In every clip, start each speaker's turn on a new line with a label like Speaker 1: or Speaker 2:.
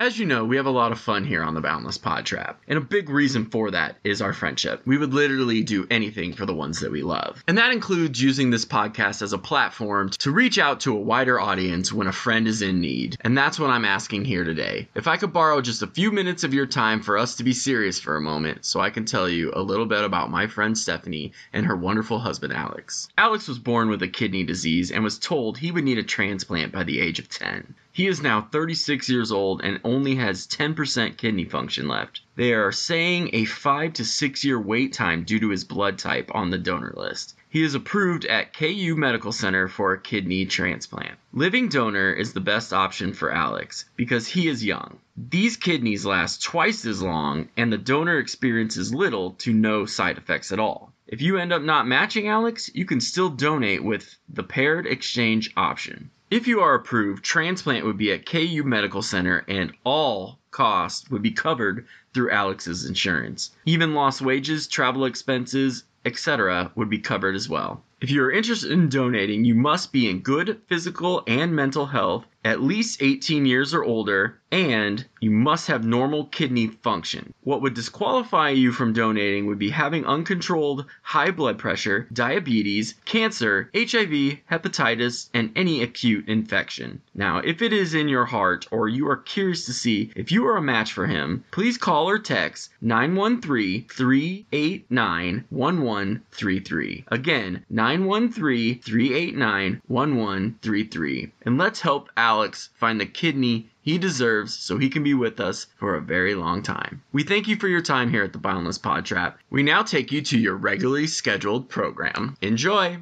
Speaker 1: As you know, we have a lot of fun here on the Boundless Pod Trap, and a big reason for that is our friendship. We would literally do anything for the ones that we love. And that includes using this podcast as a platform to reach out to a wider audience when a friend is in need. And that's what I'm asking here today. If I could borrow just a few minutes of your time for us to be serious for a moment, so I can tell you a little bit about my friend Stephanie and her wonderful husband Alex. Alex was born with a kidney disease and was told he would need a transplant by the age of 10. He is now 36 years old and only has 10% kidney function left. They are saying a 5 to 6 year wait time due to his blood type on the donor list. He is approved at KU Medical Center for a kidney transplant. Living donor is the best option for Alex because he is young. These kidneys last twice as long, and the donor experiences little to no side effects at all. If you end up not matching Alex, you can still donate with the paired exchange option. If you are approved, transplant would be at KU Medical Center and all costs would be covered through Alex's insurance. Even lost wages, travel expenses, etc. would be covered as well. If you are interested in donating, you must be in good physical and mental health, at least 18 years or older, and you must have normal kidney function. What would disqualify you from donating would be having uncontrolled high blood pressure, diabetes, cancer, HIV, hepatitis, and any acute infection. Now, if it is in your heart or you are curious to see if you are a match for him, please call or text 913 389 1133. Again, 913 389 1133. And let's help Alex find the kidney he deserves so he can be with us for a very long time. We thank you for your time here at the Boundless Pod Trap. We now take you to your regularly scheduled program. Enjoy!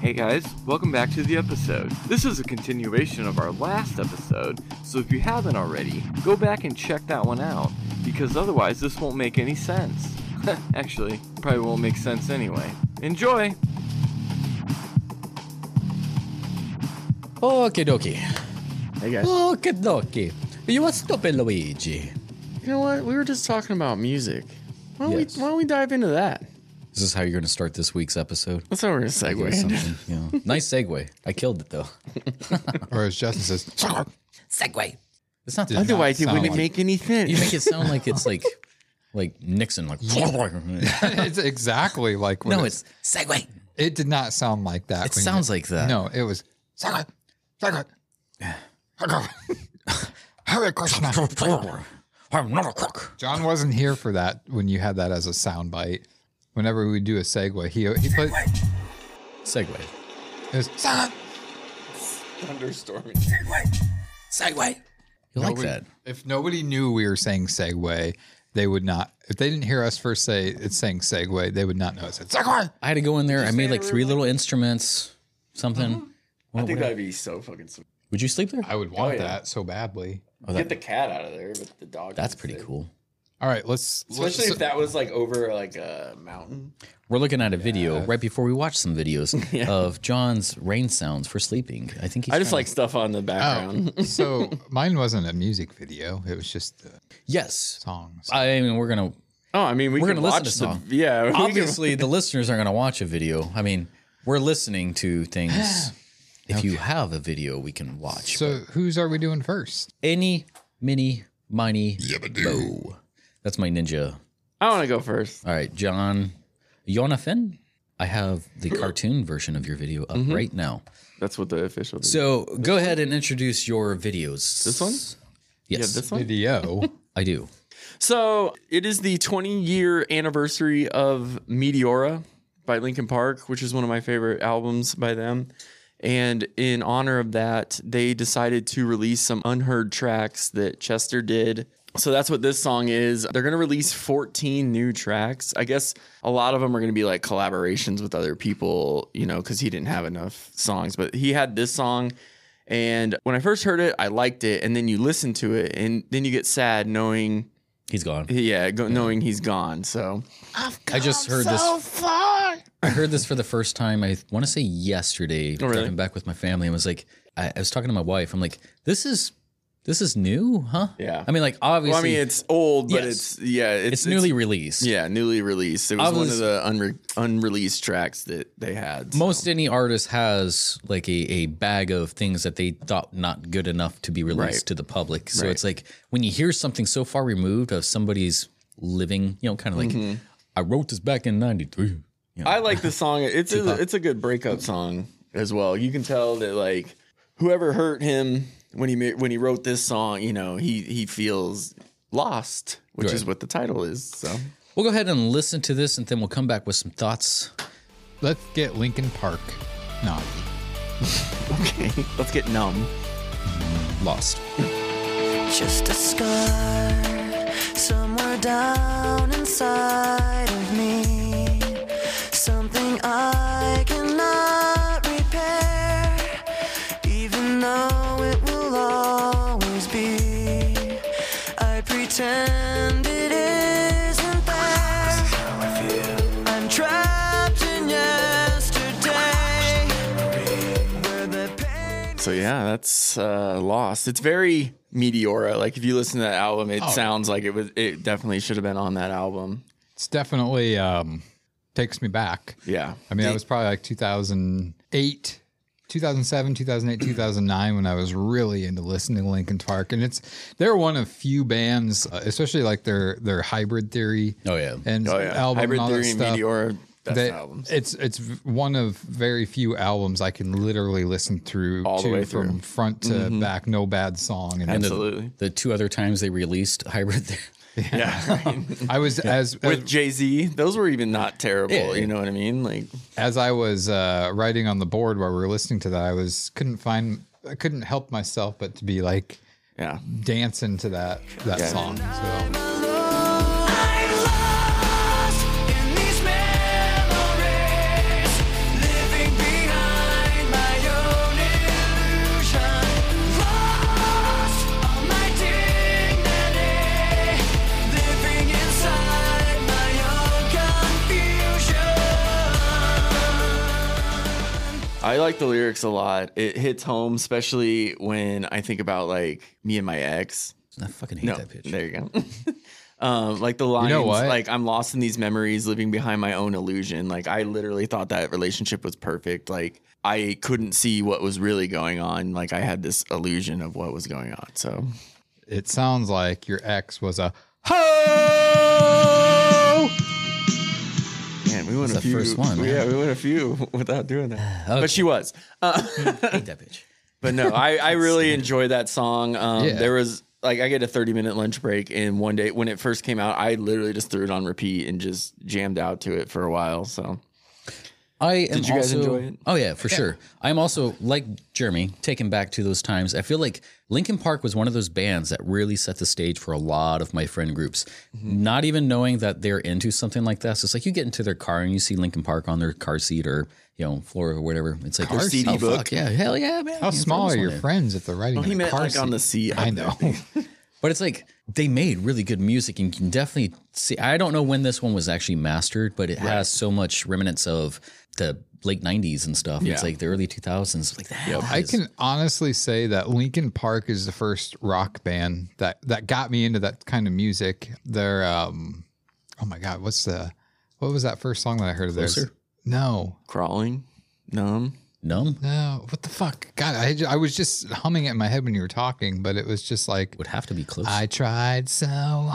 Speaker 2: Hey guys, welcome back to the episode. This is a continuation of our last episode, so if you haven't already, go back and check that one out, because otherwise this won't make any sense. Actually, probably won't make sense anyway. Enjoy!
Speaker 3: Okie dokie.
Speaker 1: Hey guys.
Speaker 3: Okie dokie. You are stupid, Luigi.
Speaker 1: You know what? We were just talking about music. Why don't,
Speaker 3: Yes.
Speaker 1: we, why don't we dive into that?
Speaker 3: Is this how you're going to start this week's episode?
Speaker 1: That's how we're going to
Speaker 3: Or
Speaker 1: segue into
Speaker 3: something, you know. nice segue. I killed it though.
Speaker 4: Or as Justin says,
Speaker 3: Segue. It's not.
Speaker 4: Otherwise-
Speaker 1: Otherwise, it
Speaker 4: sound
Speaker 1: wouldn't
Speaker 4: like-
Speaker 1: make any sense.
Speaker 3: you make it sound like it's like, like Nixon. Like
Speaker 4: it's exactly like when
Speaker 3: no,
Speaker 4: it-
Speaker 3: it's segue.
Speaker 4: it did not sound like that.
Speaker 3: It
Speaker 4: when you-
Speaker 3: sounds like that.
Speaker 4: no, it was Sagat, Sagat, Hare Krishna.
Speaker 3: I'm not a crook.
Speaker 4: John wasn't here for that when you had that as a sound bite. Whenever we do a segue, he he put it
Speaker 3: Segue.
Speaker 4: was Sagat.
Speaker 3: Segue. You like
Speaker 4: Nobody-
Speaker 3: that?
Speaker 4: If nobody knew we were saying segue, they would not. If they didn't hear us first say it's saying segue, they would not know it said segue.
Speaker 3: I had to go in there. I made like three little instruments. Something.
Speaker 1: I think that'd be so fucking sweet.
Speaker 3: Would you sleep there?
Speaker 4: I would want
Speaker 1: yeah.
Speaker 4: that so badly.
Speaker 1: Get the cat out of there, but the dog.
Speaker 3: Oh, That's
Speaker 1: is
Speaker 3: pretty
Speaker 1: there.
Speaker 3: cool.
Speaker 4: All right, let's. let's
Speaker 1: Especially if that was like over like a mountain.
Speaker 3: We're looking at a video right before we watch some videos of John's rain sounds for sleeping. I think he's
Speaker 1: I just
Speaker 3: trying-
Speaker 1: like stuff on
Speaker 3: Oh.
Speaker 1: the background.
Speaker 4: so mine wasn't a music video; it was just uh,
Speaker 3: yes.
Speaker 4: songs.
Speaker 3: I mean, we're gonna
Speaker 1: Oh, I mean, we
Speaker 3: We're
Speaker 1: can
Speaker 3: gonna listen
Speaker 1: watch
Speaker 3: to song.
Speaker 1: The, yeah, we can-
Speaker 3: obviously the listeners aren't gonna watch a video. I mean, we're listening to things. If you have a video, we can watch.
Speaker 4: So whose are we doing first?
Speaker 3: Any mini miny mo. That's my ninja.
Speaker 1: I want to go first.
Speaker 3: All right, John Jonathan. I have the cartoon version of your video up
Speaker 1: Mm-hmm.
Speaker 3: right now.
Speaker 1: That's what the official. Video.
Speaker 3: So go ahead and introduce your videos.
Speaker 1: This one?
Speaker 3: Yes,
Speaker 1: yeah, this one.
Speaker 4: Video.
Speaker 3: I do.
Speaker 1: So it is the 20 year anniversary of Meteora by Linkin Park, which is one of my favorite albums by them. And in honor of that, they decided to release some unheard tracks that Chester did. So that's what this song is. They're going to release 14 new tracks. I guess a lot of them are going to be like collaborations with other people, you know, because he didn't have enough songs. But he had this song and when I first heard it, I liked it. And then you listen to it, and then you get sad knowing,
Speaker 3: He's gone.
Speaker 1: yeah, go, knowing he's gone. So
Speaker 3: I just heard this. I heard this for the first time. I want to say yesterday.
Speaker 5: Oh,
Speaker 1: really?
Speaker 3: Driving back with my family, and was like, I, I was talking to my wife. I'm like, this is This is new, huh?
Speaker 5: Yeah.
Speaker 3: I mean, like obviously,
Speaker 5: Well, I mean, it's old, but
Speaker 3: Yes.
Speaker 5: it's yeah, it's,
Speaker 3: it's, newly released.
Speaker 5: yeah, newly released. It was one of
Speaker 3: Obvious-
Speaker 5: the unre- unreleased tracks that they had. so.
Speaker 3: Most any artist has like a, a bag of things that they thought not good enough to be released
Speaker 5: Right.
Speaker 3: to the public. So
Speaker 5: Right.
Speaker 3: it's like when you hear something so far removed of somebody's living, you know, kind of like
Speaker 5: Mm-hmm.
Speaker 3: I wrote this back in '93. You know,
Speaker 5: I like the song. It's a, it's a good breakup song as well. You can tell that like whoever hurt him when he ma- when he wrote this song, you know, he he feels lost, which is
Speaker 3: Right.
Speaker 5: what the title is. So
Speaker 3: we'll go ahead and listen to this, and then we'll come back with some thoughts.
Speaker 4: Let's get Lincoln Park naughty.
Speaker 5: okay, let's get numb.
Speaker 4: Lost.
Speaker 6: Just a scar somewhere down inside of me. Something I cannot repair, even though it will always be. I pretend it isn't there. I'm trapped in yesterday. Where the pain
Speaker 5: So yeah, that's uh, lost. It's very Meteora. Like if you listen to that album, it
Speaker 4: Oh.
Speaker 5: sounds like it was. It definitely should have been on that album.
Speaker 4: It's definitely um, takes me back.
Speaker 5: Yeah,
Speaker 4: I mean, that was probably like 2008, 2007, 2008, 2009 when I was really into listening to Linkin Park, and it's they're one of few bands, uh, especially like their their hybrid theory.
Speaker 3: Oh, yeah.
Speaker 4: and
Speaker 5: Oh yeah,
Speaker 4: album
Speaker 5: Hybrid
Speaker 4: and all
Speaker 5: Theory
Speaker 4: that
Speaker 5: and
Speaker 4: stuff.
Speaker 5: Meteora. That's
Speaker 4: that-
Speaker 5: the albums.
Speaker 4: It's it's v- one of very few albums I can literally listen through
Speaker 5: All the
Speaker 4: to
Speaker 5: way
Speaker 4: from
Speaker 5: through. Mm-hmm.
Speaker 4: front to back, no bad song. And
Speaker 5: Absolutely.
Speaker 3: The two other times they released hybrid,
Speaker 5: yeah.
Speaker 4: I was as
Speaker 5: With Jay Z, those were even not terrible. You know what I mean? Like
Speaker 4: as I was uh, writing on the board while we were listening to that, I was couldn't find I couldn't help myself but to be like
Speaker 5: Yeah.
Speaker 4: dancing to that that
Speaker 5: Yeah.
Speaker 4: song. So
Speaker 6: I'm lost in these memories, living behind my own illusion. Lost all my dignity, living inside my own confusion.
Speaker 5: I like the lyrics a lot. It hits home, especially when I think about like me and my ex.
Speaker 3: I fucking hate
Speaker 5: No,
Speaker 3: that pitch.
Speaker 5: there you go. um, like the lines,
Speaker 4: what?
Speaker 5: like I'm lost in these memories, living behind my own illusion. Like I literally thought that relationship was perfect. Like I couldn't see what was really going on. Like I had this illusion of what was going on. So
Speaker 4: it sounds like your ex was a ho.
Speaker 5: man, we went
Speaker 3: That's the
Speaker 5: a few.
Speaker 3: first one,
Speaker 5: yeah,
Speaker 3: man.
Speaker 5: we went a few without doing that.
Speaker 3: Okay.
Speaker 5: But she was. Uh,
Speaker 3: I hate that bitch.
Speaker 5: But no, I, I really enjoy that song. Um,
Speaker 4: Yeah.
Speaker 5: There was like I get a thirty minute lunch break, and one day when it first came out, I literally just threw it on repeat and just jammed out to it for a while. So
Speaker 3: I am
Speaker 5: you guys
Speaker 3: also,
Speaker 5: enjoy it?
Speaker 3: Oh yeah, for sure. I'm also like Jeremy, taken back to those times. I feel like Linkin Park was one of those bands that really set the stage for a lot of my friend groups.
Speaker 5: Mm-hmm.
Speaker 3: Not even knowing that they're into something like this. It's like you get into their car and you see Linkin Park on their car seat or you know floor or whatever. It's like
Speaker 5: Car CD
Speaker 3: oh,
Speaker 5: book.
Speaker 3: fuck, yeah, hell yeah, man.
Speaker 4: How
Speaker 3: Yeah,
Speaker 4: small
Speaker 3: throw
Speaker 4: are
Speaker 3: this
Speaker 4: your
Speaker 3: one in.
Speaker 4: friends if they're riding?
Speaker 5: he
Speaker 4: in a
Speaker 5: meant
Speaker 4: car
Speaker 5: like on
Speaker 4: seat?
Speaker 5: the sea.
Speaker 4: I know.
Speaker 3: But it's like they made really good music and you can definitely see I don't know when this one was actually mastered, but it has so much remnants of the late 90s and stuff. It's
Speaker 5: Yeah.
Speaker 3: like the early 2000s like that.
Speaker 4: I can honestly say that Linkin Park is the first rock band that that got me into that kind of music. They're um oh my god, what's the what was that first song that I heard of theirs?
Speaker 3: Closer?
Speaker 4: No.
Speaker 5: Crawling, numb.
Speaker 3: numb.
Speaker 4: No, what the fuck? God, I, ju- I was just humming it in my head when you were talking, but it was just like
Speaker 3: would have to be close.
Speaker 4: I tried so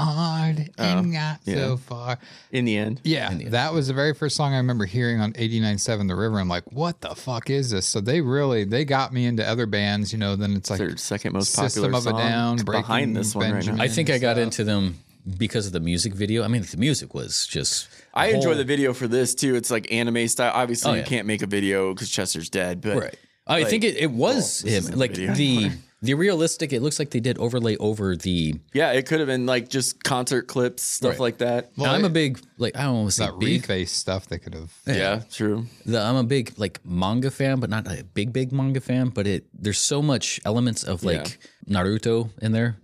Speaker 4: hard and got
Speaker 5: yeah.
Speaker 4: so far.
Speaker 5: In the end,
Speaker 4: Yeah, that was the very first song I remember hearing on 89.7 The River. I'm like, what the fuck is this? So they really, they got me into other bands, you know, then it's like,
Speaker 5: their second most
Speaker 4: System
Speaker 5: popular
Speaker 4: of a
Speaker 5: song
Speaker 4: Down, Breaking
Speaker 5: behind this one
Speaker 4: Benjamin.
Speaker 5: right
Speaker 3: I
Speaker 5: now.
Speaker 3: think I got into them because of the music video. I mean, the music was just.
Speaker 5: I, enjoy the video for this too. It's like anime style. Obviously,
Speaker 3: Oh,
Speaker 5: you
Speaker 3: yeah.
Speaker 5: can't make a video because Chester's dead, but
Speaker 3: Right. I think it, it was
Speaker 5: well, this isn't
Speaker 3: him.
Speaker 5: the
Speaker 3: Like
Speaker 5: video.
Speaker 3: the the realistic. It looks like they did overlay over the.
Speaker 5: yeah, it could have been like just concert clips, stuff
Speaker 3: Right.
Speaker 5: like that.
Speaker 3: Now, I'm a big like I don't want to say
Speaker 4: that
Speaker 3: big.
Speaker 4: reface stuff they could have.
Speaker 5: yeah, true.
Speaker 3: The, I'm a big like manga fan, but not a big big manga fan. But it there's so much elements of like Naruto in there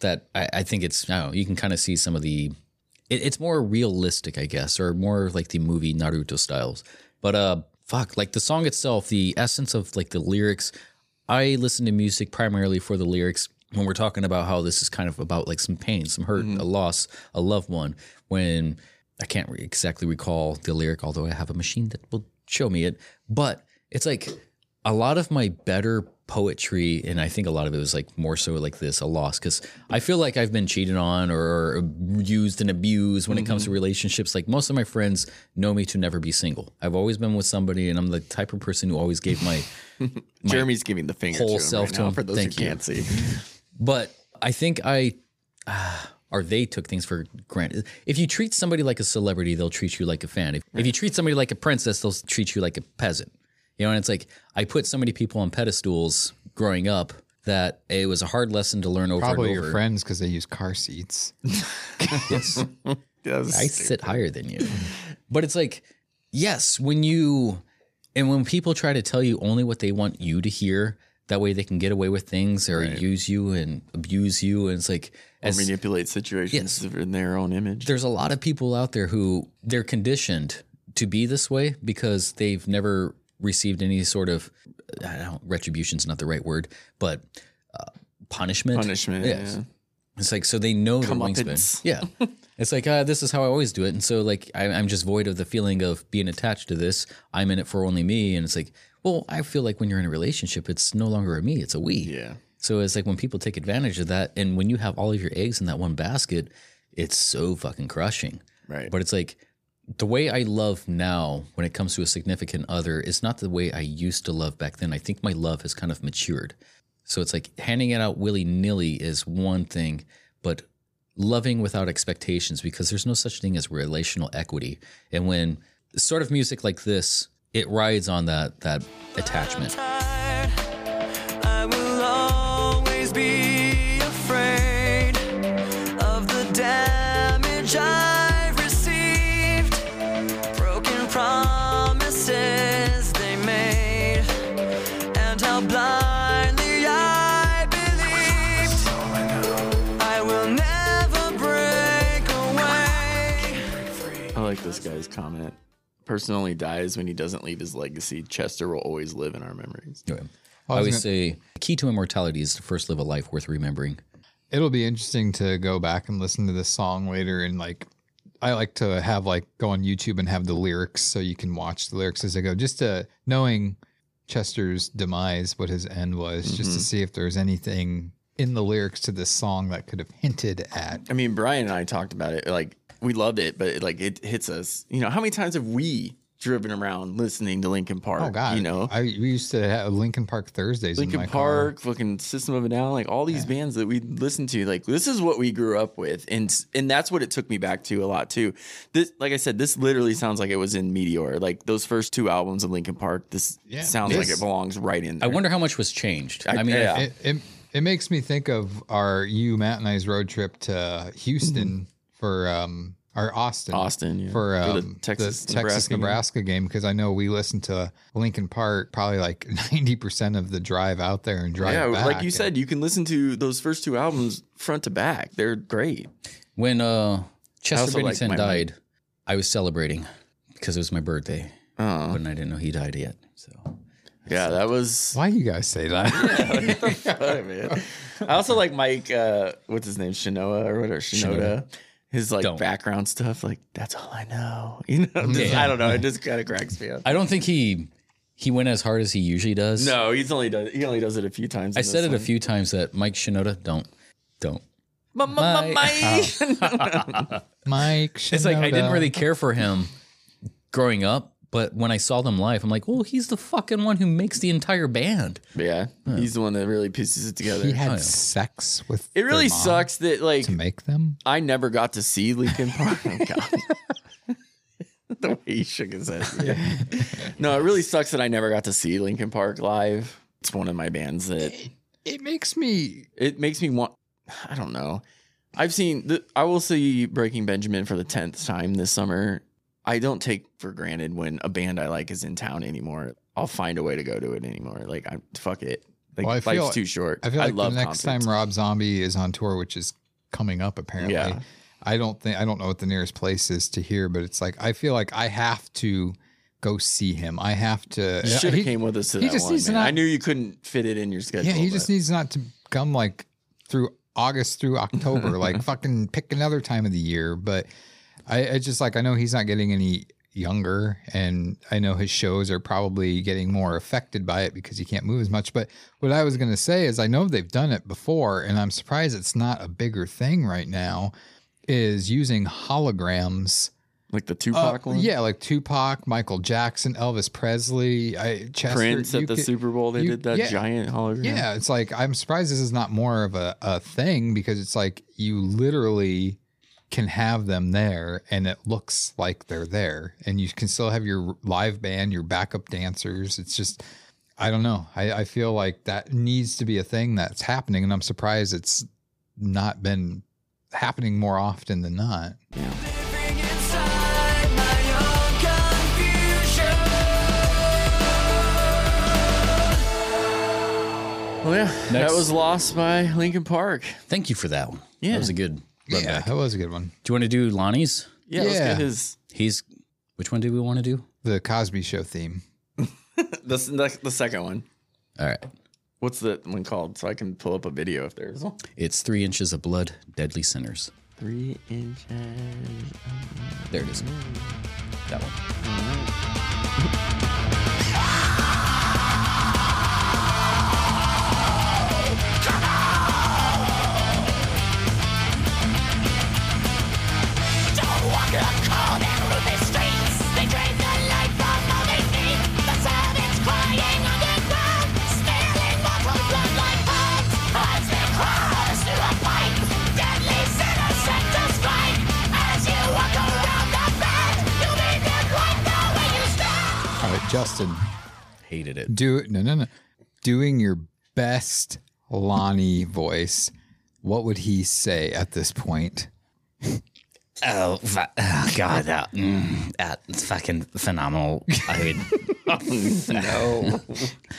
Speaker 3: that I, I think it's. I don't know, you can kind of see some of the. It, it's more realistic, I guess, or more like the movie Naruto styles. But uh, fuck, like the song itself, the essence of like the lyrics. I listen to music primarily for the lyrics. when we're talking about how this is kind of about like some pain, some hurt, a loss, a loved one, when I can't re- exactly recall the lyric, although I have a machine that will show me it, but it's like a lot of my better poetry, and I think a lot of it was like more so like this a loss because I feel like I've been cheated on or used and abused when it comes to relationships. Like most of my friends know me to never be single. I've always been with somebody, and I'm the type of person who always gave my
Speaker 5: Jeremy's giving the finger
Speaker 3: whole
Speaker 5: to him
Speaker 3: self
Speaker 5: right
Speaker 3: to
Speaker 5: now
Speaker 3: him.
Speaker 5: for those
Speaker 3: Thank
Speaker 5: who
Speaker 3: you.
Speaker 5: can't see.
Speaker 3: but I think I ah, or they took things for granted. If you treat somebody like a celebrity, they'll treat you like a fan. If, if you treat somebody like a princess, they'll treat you like a peasant. You know, and it's like I put so many people on pedestals growing up that it was a hard lesson to learn over
Speaker 4: Probably
Speaker 3: and over.
Speaker 4: your friends because they use car seats.
Speaker 3: Yes.
Speaker 5: Yes.
Speaker 3: I sit higher than you. But it's like, yes, when you and when people try to tell you only what they want you to hear, that way they can get away with things or use you and abuse you. And it's like,
Speaker 5: or
Speaker 3: as,
Speaker 5: manipulate situations in their own image.
Speaker 3: there's a lot of people out there who they're conditioned to be this way because they've never received any sort of I don't retribution's not the right word, but uh, punishment.
Speaker 5: Punishment.
Speaker 3: Yes.
Speaker 5: Yeah.
Speaker 3: It's like so they know their
Speaker 5: Comeuppance.
Speaker 3: wingspan. Yeah. It's like uh, this is how I always do it, and so like I, I'm just void of the feeling of being attached to this. I'm in it for only me, and it's like, well, I feel like when you're in a relationship, it's no longer a me, it's a we.
Speaker 5: Yeah.
Speaker 3: So it's like when people take advantage of that, and when you have all of your eggs in that one basket, it's so fucking crushing.
Speaker 5: Right.
Speaker 3: But it's like the way I love now when it comes to a significant other is not the way I used to love back then. I think my love has kind of matured. So it's like handing it out willy nilly is one thing, but loving without expectations because there's no such thing as relational equity. And when sort of music like this, it rides on that that attachment.
Speaker 6: I will always be afraid of the damage I've received. Broken promises they made, and how blindly I believed. I will never break away.
Speaker 5: I like this guy's comment. Person only dies when he doesn't leave his legacy. Chester will always live in our memories.
Speaker 3: I always say the key to immortality is to first live a life worth remembering.
Speaker 4: It'll be interesting to go back and listen to this song later and like. I like to have like go on YouTube and have the lyrics so you can watch the lyrics as they go, just to knowing Chester's demise, what his end was, just
Speaker 5: Mm-hmm.
Speaker 4: to see if there's anything in the lyrics to this song that could have hinted at
Speaker 5: I mean, Brian and I talked about it. Like we loved it, but like it hits us. You know, how many times have we driven around listening to Linkin Park?
Speaker 4: Oh God!
Speaker 5: you know,
Speaker 4: I we used to have Lincoln Park Thursdays. in my
Speaker 5: Linkin
Speaker 4: car.
Speaker 5: Park, fucking System of a Down, like all these bands that we listened to. Like this is what we grew up with, and and that's what it took me back to a lot too. This, like I said, this literally sounds like it was in Meteor. Like those first two albums of Linkin Park, this
Speaker 4: Yeah.
Speaker 5: sounds like
Speaker 4: This-
Speaker 5: it belongs right in.
Speaker 3: I
Speaker 5: There.
Speaker 3: wonder how much was changed. I, mean,
Speaker 5: yeah.
Speaker 4: It, it it makes me think of our you Matt and I's road trip to Houston for um or Austin
Speaker 5: Mm-hmm. Austin yeah.
Speaker 4: for
Speaker 5: the
Speaker 4: um,
Speaker 5: Texas,
Speaker 4: the Texas
Speaker 5: Nebraska game.
Speaker 4: Nebraska game because I know we listened to Lincoln Park probably like ninety percent of the drive out there and drive
Speaker 5: Yeah,
Speaker 4: back.
Speaker 5: like you said, you can listen to those first two albums front to back. They're great.
Speaker 3: when uh,
Speaker 5: I
Speaker 3: Chester
Speaker 5: also like
Speaker 3: Bennington
Speaker 5: my-
Speaker 3: died, I was celebrating because it was my birthday,
Speaker 5: Oh,
Speaker 3: but I didn't know he died yet. So
Speaker 5: yeah, that was.
Speaker 4: Why you guys say that?
Speaker 5: Fuck, man. I also like Mike. Uh, what's his name? Shinoa or whatever. Shinoda. His like
Speaker 3: Don't.
Speaker 5: background stuff. Like that's all I know. You know, I'm just,
Speaker 3: Yeah.
Speaker 5: I don't know. It just kind of cracks me up.
Speaker 3: I don't think he he went as hard as he usually does.
Speaker 5: no, he's only does he only does it a few times.
Speaker 3: I
Speaker 5: in
Speaker 3: said
Speaker 5: this
Speaker 3: it a
Speaker 5: one.
Speaker 3: few times that Mike Shinoda don't don't.
Speaker 5: Ma- ma- ma-
Speaker 3: My-
Speaker 5: my.
Speaker 4: Mike,
Speaker 3: It's like I didn't
Speaker 4: Shinoda.
Speaker 3: really care for him growing up, but when I saw them live, I'm like, well, he's the fucking one who makes the entire band.
Speaker 5: But yeah, he's the one that really pieces it together. Oh,
Speaker 4: He had sex with.
Speaker 5: it
Speaker 4: their
Speaker 5: really
Speaker 4: mom
Speaker 5: sucks that like
Speaker 4: to make them.
Speaker 5: I never got to see Lincoln Park. Oh, God. the way he shook his head. no, it really sucks that I never got to see Lincoln Park live. It's one of my bands that
Speaker 4: It makes me
Speaker 5: it makes me want. I don't know. I've seen. The, I will see Breaking Benjamin for the tenth time this summer. I don't take for granted when a band I like is in town anymore. I'll find a way to go to it anymore. Like I'm fuck it. Like
Speaker 4: Well, I feel-
Speaker 5: life's too short.
Speaker 4: I feel like
Speaker 5: love
Speaker 4: the next
Speaker 5: concerts.
Speaker 4: time Rob Zombie is on tour, which is coming up apparently.
Speaker 5: Yeah.
Speaker 4: I don't think I don't know what the nearest place is to here, but it's like I feel like I have to go see him. I have to.
Speaker 5: You should have came with us to
Speaker 4: he
Speaker 5: that
Speaker 4: just
Speaker 5: one.
Speaker 4: needs to
Speaker 5: man. I
Speaker 4: not-
Speaker 5: knew you couldn't fit it in your schedule.
Speaker 4: Yeah, he just
Speaker 5: but-
Speaker 4: needs not to become like through August through October. like fucking pick another time of the year. But I, I just like I know he's not getting any younger, and I know his shows are probably getting more affected by it because he can't move as much. But what I was gonna say is I know they've done it before, and I'm surprised it's not a bigger thing right now. Is using holograms.
Speaker 5: like the Tupac
Speaker 4: Uh,
Speaker 5: one.
Speaker 4: Yeah, like Tupac, Michael Jackson, Elvis Presley, I, Chester.
Speaker 5: Prince
Speaker 4: you
Speaker 5: at the
Speaker 4: could-
Speaker 5: Super Bowl, they
Speaker 4: you-
Speaker 5: did that
Speaker 4: yeah.
Speaker 5: giant hologram.
Speaker 4: Yeah, it's like I'm surprised this is not more of a, a thing because it's like you literally can have them there and it looks like they're there and you can still have your live band, your backup dancers. It's just I don't know. I, I feel like that needs to be a thing that's happening and I'm surprised it's not been happening more often than not.
Speaker 6: Living inside my own confusion.
Speaker 5: Well, yeah, that
Speaker 3: Next.
Speaker 5: was lost by Lincoln Park.
Speaker 3: Thank you for that one.
Speaker 5: Yeah.
Speaker 3: That was a good
Speaker 4: Yeah,
Speaker 3: yeah.
Speaker 4: uh, that was a good one.
Speaker 3: Do you want to do Lonnie's?
Speaker 5: Yeah, let's
Speaker 4: Yeah.
Speaker 5: get his.
Speaker 3: He's which one do we want to do?
Speaker 4: The Cosby Show theme.
Speaker 5: The, the, the second one.
Speaker 3: All right.
Speaker 5: What's that one called? So I can pull up a video if there's one.
Speaker 3: It's three inches of blood, deadly sinners.
Speaker 5: Three inches.
Speaker 3: There it is. That one.
Speaker 4: All right, Justin.
Speaker 3: Hated it.
Speaker 4: Do no no no. Doing your best Lonnie voice. What would he say at this point?
Speaker 3: Oh, fu- oh God, that, mm, that is fucking phenomenal. I mean,
Speaker 5: Oh,
Speaker 3: no.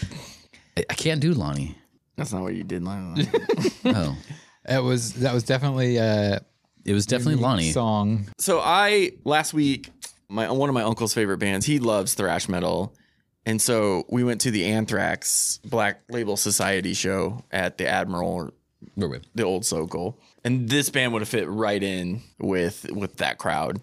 Speaker 3: I, I can't do Lonnie.
Speaker 5: That's not what you did. Lionel.
Speaker 3: Oh,
Speaker 4: That was that was definitely a
Speaker 3: it was definitely Lonnie.
Speaker 4: song.
Speaker 5: so I last week, my one of my uncle's favorite bands. He loves thrash metal, and so we went to the Anthrax Black Label Society show at the Admiral or
Speaker 3: Wait, wait.
Speaker 5: the old Sokol. And this band would have fit right in with with that crowd.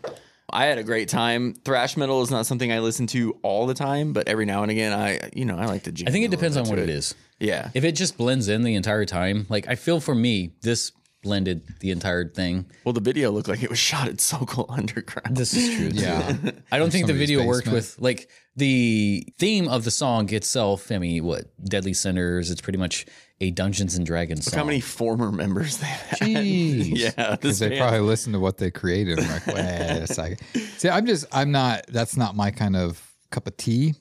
Speaker 5: I had a great time. Thrash metal is not something I listen to all the time, but every now and again, I you know I like to. jam
Speaker 3: I think
Speaker 5: a
Speaker 3: it
Speaker 5: little
Speaker 3: depends on
Speaker 5: bit
Speaker 3: what
Speaker 5: to
Speaker 3: it is.
Speaker 5: Yeah,
Speaker 3: If it just blends in the entire time, like I feel for me, this blended the entire thing.
Speaker 5: Well, the video looked like it was shot at Sokol Underground.
Speaker 3: This is true. too.
Speaker 4: Yeah.
Speaker 3: I don't think the
Speaker 4: somebody's
Speaker 3: video worked
Speaker 4: basement.
Speaker 3: with like the theme of the song itself. I mean, what Deadly Sinners? It's pretty much a Dungeons and Dragons song.
Speaker 5: How many former members they had?
Speaker 4: Jeez.
Speaker 5: Yeah, this
Speaker 4: Because they
Speaker 5: band.
Speaker 4: probably listened to what they created. I'm like, wait a second. See, I'm just, I'm not, that's not my kind of cup of tea.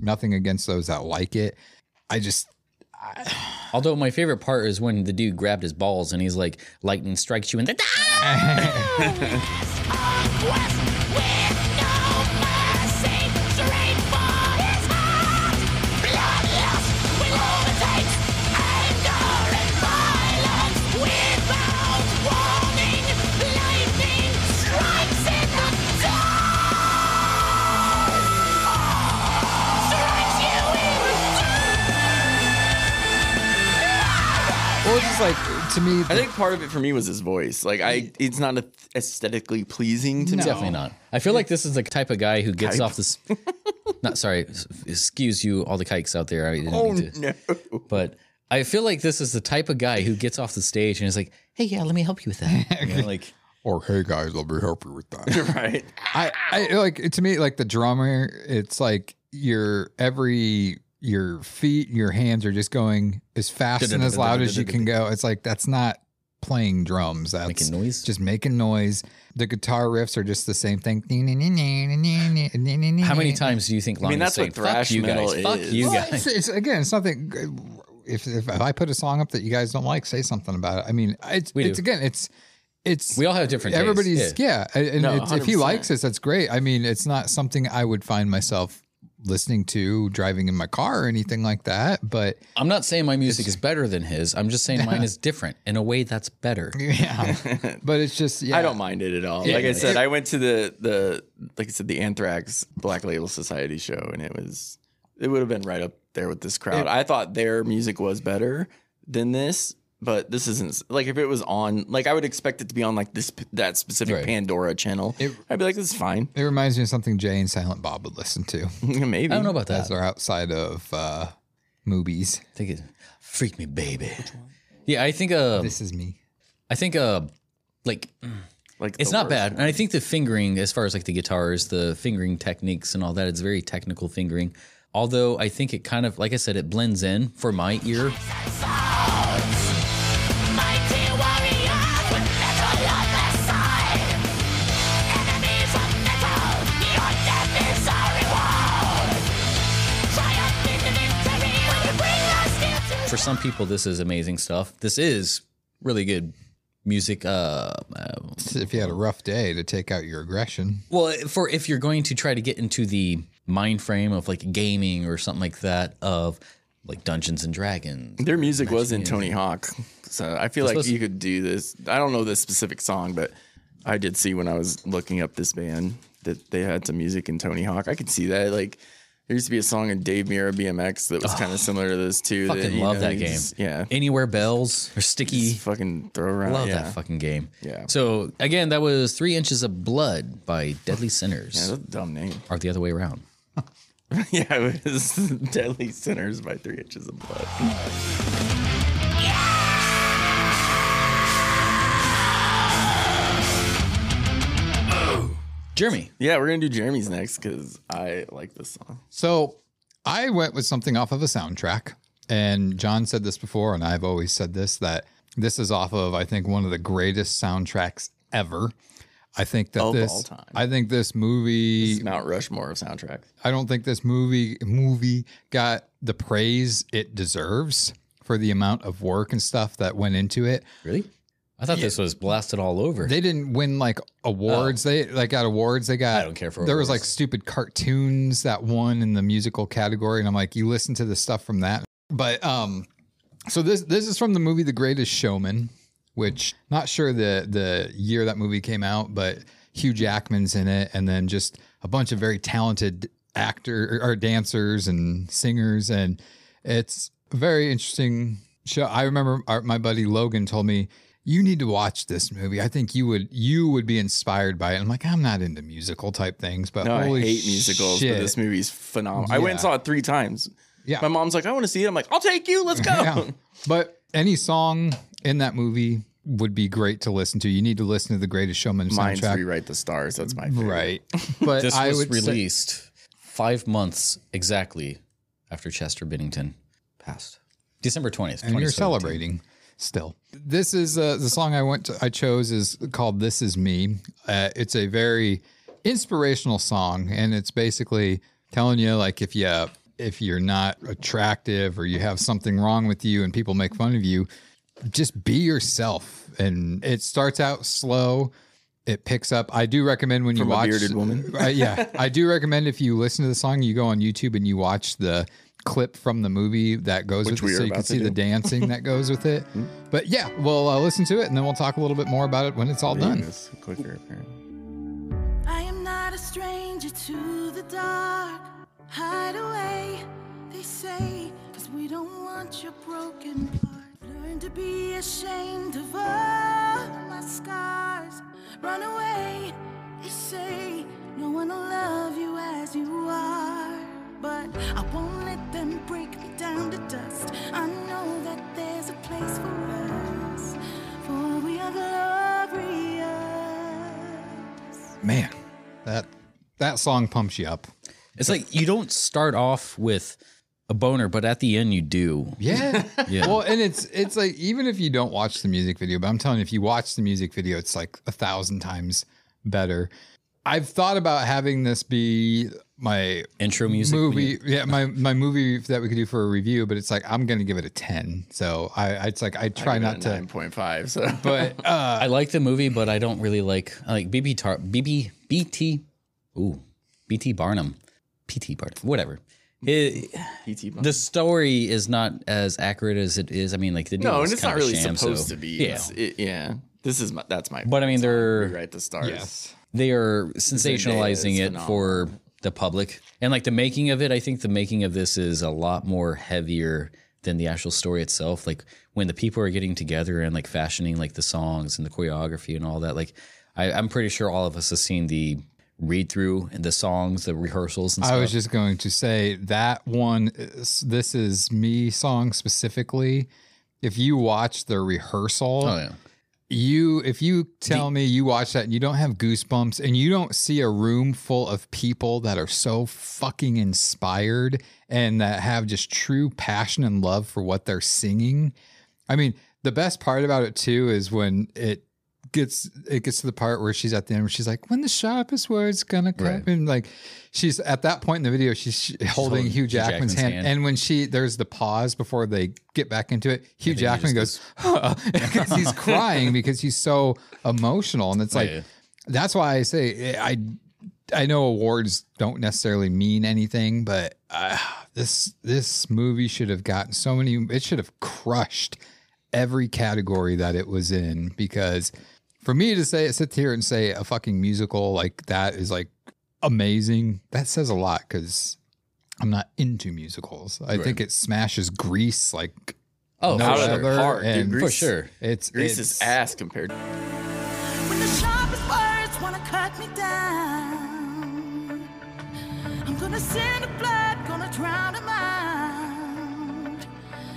Speaker 4: Nothing against those that like it. I just,
Speaker 3: Although my favorite part is when the dude grabbed his balls and he's like, lightning strikes you in the.
Speaker 4: well, it's just like, to me,
Speaker 5: I think part of it for me was his voice. Like I, it's not a, aesthetically pleasing to me.
Speaker 3: Definitely not. I feel like this is the type of guy who gets off this. not sorry, s- excuse you, all the kikes out there. I didn't
Speaker 5: Oh
Speaker 3: mean to,
Speaker 5: no!
Speaker 3: but I feel like this is the type of guy who gets off the stage and is like, "Hey, yeah, let me help you with that." You know, like,
Speaker 4: or hey guys, let me help you with that.
Speaker 5: right?
Speaker 4: I, I like to me like the drummer. It's like your every your feet, your hands are just going as fast and as loud as you can go. It's like that's not playing drums. That's
Speaker 3: Making noise?
Speaker 4: Just making noise. The guitar riffs are just the same thing.
Speaker 3: how many times do you think? Lonnie's
Speaker 5: that's
Speaker 3: saying,
Speaker 5: what thrash
Speaker 3: Fuck you guys.
Speaker 5: metal
Speaker 3: Fuck
Speaker 5: is."
Speaker 3: you
Speaker 4: Well,
Speaker 3: guys.
Speaker 4: it's, it's, again, it's nothing. If, if if I put a song up that you guys don't like, say something about it. I mean, it's
Speaker 3: We do.
Speaker 4: it's again, it's it's
Speaker 3: We all have different. tastes.
Speaker 4: everybody's
Speaker 3: Yeah.
Speaker 4: yeah, and- and
Speaker 5: No,
Speaker 4: it's, if he
Speaker 5: 100%.
Speaker 4: likes this that's great i mean it's not something i would find myself listening to driving in my car or anything like that but
Speaker 3: I'm not saying my music is better than his. I'm just saying mine is different in a way that's better.
Speaker 4: yeah but it's just yeah
Speaker 5: I don't mind it at all.
Speaker 4: Yeah.
Speaker 5: like I said, I went to the the like I said the Anthrax Black Label Society show, and it was it would have been right up there with this crowd. I thought their music was better than this, But this isn't like if it was on like I would expect it to be on like this that specific
Speaker 3: Right.
Speaker 5: Pandora channel.
Speaker 4: It-
Speaker 5: I'd be like, this is fine.
Speaker 4: It reminds me of something Jay and Silent Bob would listen to
Speaker 5: Maybe.
Speaker 3: I don't know about that.
Speaker 4: as they're outside of uh, movies.
Speaker 3: Take it. Freak me, baby. Yeah, I think uh,
Speaker 4: This is me.
Speaker 3: I think uh, like
Speaker 5: Like
Speaker 3: it's
Speaker 5: the
Speaker 3: not
Speaker 5: worst.
Speaker 3: bad, and I think the fingering, as far as like the guitars, the fingering techniques, and all that, it's very technical fingering. Although I think it kind of, like I said, it blends in for my ear. For some people, this is amazing stuff. This is really good music. Uh, uh,
Speaker 4: If you had a rough day to take out your aggression,
Speaker 3: Well, for if you're going to try to get into the mind frame of like gaming or something like that of like Dungeons and Dragons.
Speaker 5: Their music was in Tony Hawk, so I feel like
Speaker 3: supposed-
Speaker 5: you could do this. I don't know this specific song, but I did see when I was looking up this band that they had some music in Tony Hawk. I could see that. Like there used to be a song in Dave Mira BMX that was kind of similar to this too.
Speaker 3: fucking
Speaker 5: you
Speaker 3: love that
Speaker 5: you
Speaker 3: game.
Speaker 5: just- Yeah,
Speaker 3: Anywhere bells or
Speaker 5: just
Speaker 3: sticky.
Speaker 5: fucking throw around.
Speaker 3: Love
Speaker 5: yeah.
Speaker 3: that fucking game.
Speaker 5: Yeah.
Speaker 3: So again, that was three inches of blood by Deadly
Speaker 5: Yeah,
Speaker 3: Sinners,
Speaker 5: that's a dumb name.
Speaker 3: or the other way around.
Speaker 5: yeah, it was Deadly Sinners by Three Inches of Blood.
Speaker 3: Jeremy,
Speaker 5: Yeah, we're gonna do Jeremy's next because I like this song.
Speaker 4: So I went with something off of a soundtrack. And John said this before, and I've always said this that this is off of, I think, one of the greatest soundtracks ever. I think that
Speaker 5: Of
Speaker 4: this,
Speaker 5: all time.
Speaker 4: I think this movie,
Speaker 5: It's Mount Rushmore of soundtracks.
Speaker 4: I don't think this movie movie got the praise it deserves for the amount of work and stuff that went into it.
Speaker 3: really? I thought this was blasted all over.
Speaker 4: They didn't win like awards. They like got awards. They got.
Speaker 3: Oh. I don't care for
Speaker 4: There was
Speaker 3: awards.
Speaker 4: like stupid cartoons that won in the musical category, and I'm like, you listen to the stuff from that. But um, so this this is from the movie The Greatest Showman, which not sure the the year that movie came out, but Hugh Jackman's in it, and then just a bunch of very talented actor or dancers and singers, and it's a very interesting show. I remember our, my buddy Logan told me you need to watch this movie. I think you would you would be inspired by it. I'm like I'm not into musical type things, but
Speaker 5: No,
Speaker 4: holy
Speaker 5: I hate musicals,
Speaker 4: shit.
Speaker 5: but this movie's phenomenal. I went and
Speaker 4: Yeah.
Speaker 5: saw it three times.
Speaker 4: Yeah.
Speaker 5: My mom's like, I want to see it. I'm like, I'll take you. Let's go.
Speaker 4: Yeah. But any song in that movie would be great to listen to. You need to listen to the Greatest Showman
Speaker 5: Mine's
Speaker 4: soundtrack,
Speaker 5: Rewrite the Stars. That's my favorite.
Speaker 4: right? But
Speaker 3: this
Speaker 4: I
Speaker 3: was
Speaker 4: would say-
Speaker 3: released five months exactly after Chester Bennington passed, December twentieth.
Speaker 4: and you're celebrating still. This is uh, the song I went to, I chose is called "This Is Me." Uh, it's a very inspirational song, and it's basically telling you like if you if you're not attractive or you have something wrong with you and people make fun of you, just be yourself. And it starts out slow. It picks up. I do recommend when
Speaker 5: From
Speaker 4: you
Speaker 5: a
Speaker 4: watch
Speaker 5: bearded woman.
Speaker 4: uh, yeah, I do recommend if you listen to the song, you go on YouTube and you watch the clip from the movie that goes
Speaker 5: Which
Speaker 4: with it,
Speaker 5: we are
Speaker 4: so you can
Speaker 5: about to
Speaker 4: see the
Speaker 5: do.
Speaker 4: dancing that goes with it. But yeah, we'll uh, listen to it and then we'll talk a little bit more about it when it's all done.
Speaker 5: Dang, it's quicker, apparently.
Speaker 6: I am not a stranger to the dark. Hide away, they say, cause we don't want your broken heart. Learn to be ashamed of all my scars. Run away, they say, no one will love you as you are. But I won't let them break me down to dust. I know that there's a place for us, for we are glorious.
Speaker 4: Man, that that song pumps you up.
Speaker 3: It's like you don't start off with a boner, but at the end you do.
Speaker 4: Yeah.
Speaker 3: Yeah.
Speaker 4: Well, and it's it's like even if you don't watch the music video, but I'm telling you, if you watch the music video, it's like a thousand times better. I've thought about having this be my
Speaker 3: Intro music. when
Speaker 4: movie
Speaker 3: you-
Speaker 4: yeah my my movie that we could do for a review but it's like i'm gonna give it a 10 so i it's like i try
Speaker 5: I
Speaker 4: not to
Speaker 5: Nine point five. So,
Speaker 4: but uh
Speaker 3: I like the movie, but I don't really like I like BB Tar BB BT. Ooh, BT Barnum, PT Barnum, whatever. It,
Speaker 5: PT.
Speaker 3: the story is not as accurate as it is. I mean, like the deal
Speaker 5: no,
Speaker 3: is
Speaker 5: and it's
Speaker 3: kind
Speaker 5: not
Speaker 3: of a
Speaker 5: really
Speaker 3: sham,
Speaker 5: supposed
Speaker 3: so-
Speaker 5: to be.
Speaker 3: Yeah,
Speaker 5: It's- it- yeah. This is my. That's my.
Speaker 3: but I mean, they're
Speaker 5: Rewrite the Stars.
Speaker 4: Yes.
Speaker 3: they are sensationalizing it
Speaker 5: phenomenal.
Speaker 3: for the public and like the making of it. I think the making of this is a lot more heavier than the actual story itself. Like when the people are getting together and like fashioning like the songs and the choreography and all that. Like I, I'm pretty sure all of us have seen the read through and the songs, the rehearsals and stuff.
Speaker 4: I was just going to say that one. is- This is me song specifically. If you watch the rehearsal,
Speaker 3: oh yeah.
Speaker 4: you if you tell me you watch that and you don't have goosebumps and you don't see a room full of people that are so fucking inspired and that have just true passion and love for what they're singing i mean the best part about it too is when it gets it gets to the part where she's at the end where she's like when the sharpest words gonna come
Speaker 3: Right.
Speaker 4: and like she's at that point in the video she's, sh- holding,
Speaker 3: holding
Speaker 4: hugh
Speaker 3: Hugh Jackman's
Speaker 4: jackman's, hand.
Speaker 3: hand.
Speaker 4: and when she there's the pause before they get back into it hugh
Speaker 3: then he
Speaker 4: jackman
Speaker 3: just
Speaker 4: goes because he's crying because he's so emotional and it's like
Speaker 3: Oh, Yeah.
Speaker 4: that's why i say eh, i i know awards don't necessarily mean anything but uh, this this movie should have gotten so many it should have crushed every category that it was in because for me to say sit here and say a fucking musical like that is like amazing that says a lot because i'm not into musicals i think it smashes grease like
Speaker 3: Oh,
Speaker 4: no
Speaker 5: out
Speaker 3: for
Speaker 5: of
Speaker 3: sure.
Speaker 5: the
Speaker 4: other,
Speaker 5: park, dude.
Speaker 4: and-
Speaker 3: For sure.
Speaker 4: it's
Speaker 5: Grease
Speaker 4: it's,
Speaker 5: is ass compared. to
Speaker 6: When the sharpest words wanna cut me down, I'm gonna send the blood, gonna drown 'em out.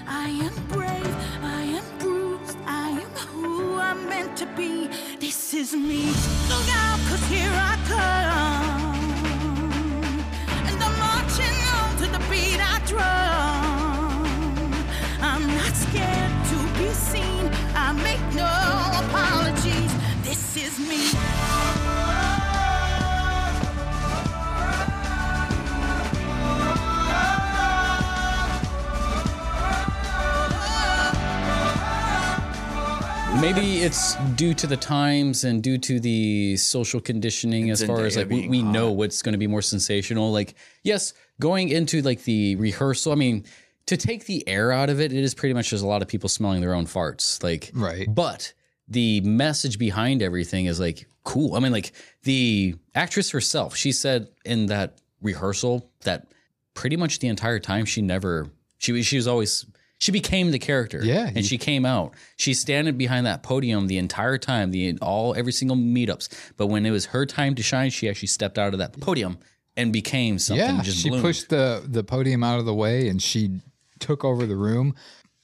Speaker 6: I am brave, I am bruised, I am who I'm meant to be. This is me. Look out, cause here I come. And I'm marching on to the beat I drum. I'm not scared to be seen, I make no apologies. This is me.
Speaker 3: Maybe it's due to the times and due to the social conditioning as far as
Speaker 5: Zendaya
Speaker 3: like we,
Speaker 5: being
Speaker 3: we know what's going to be more sensational. Like, yes, going into like the rehearsal, I mean, to take the air out of it, it is pretty much just a lot of people smelling their own farts. Like,
Speaker 4: Right.
Speaker 3: But the message behind everything is like cool. I mean, like the actress herself, she said in that rehearsal that pretty much the entire time she never she was she was always she became the character.
Speaker 4: Yeah,
Speaker 3: And
Speaker 4: you-
Speaker 3: she came out. She's standing behind that podium the entire time, the all every single meetups. But when it was her time to shine, she actually stepped out of that podium and became something.
Speaker 4: yeah,
Speaker 3: and just
Speaker 4: she
Speaker 3: bloomed.
Speaker 4: pushed the the podium out of the way and she took over the room.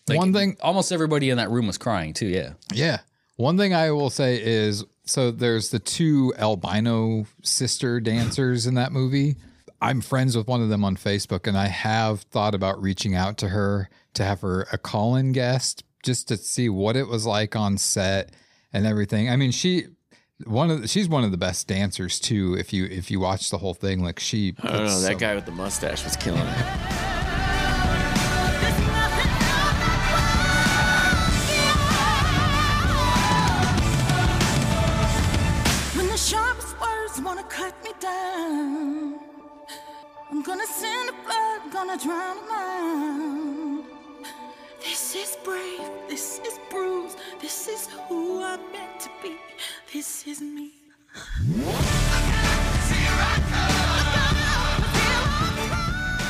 Speaker 3: Like,
Speaker 4: one thing,
Speaker 3: Almost everybody in that room was crying too. Yeah.
Speaker 4: yeah, one thing I will say is so there's the two albino sister dancers in that movie. I'm friends with one of them on Facebook, and I have thought about reaching out to her to have her a call in guest just to see what it was like on set and everything. I mean, she one of the, she's one of the best dancers too. If you if you watch the whole thing, like she
Speaker 5: I don't
Speaker 4: puts
Speaker 5: know.
Speaker 4: so
Speaker 5: That guy with the mustache was killing it.
Speaker 6: There's nothing on that wall. When the sharpest words wanna cut me down, I'm gonna send the blood, gonna drown 'em out. This is brave, this is bruised, this is who I'm meant to be, this is me.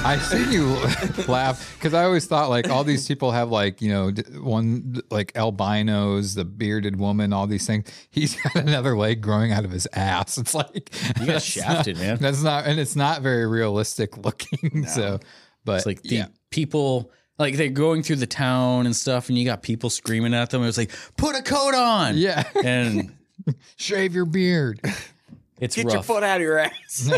Speaker 4: I seen you laugh because I always thought like all these people have like you know d- one like albinos, the bearded woman, all these things. He's got another leg growing out of his ass. It's like you
Speaker 3: got shafted, man.
Speaker 4: That's not and it's not very realistic looking. So, but
Speaker 3: It's like the
Speaker 4: Uh, yeah.
Speaker 3: people, like they're going through the town and stuff, and you got people screaming at them. It's like, put a coat on.
Speaker 4: yeah,
Speaker 3: And
Speaker 4: shave your beard.
Speaker 3: it's
Speaker 5: Get
Speaker 3: rough.
Speaker 5: your foot out of your ass.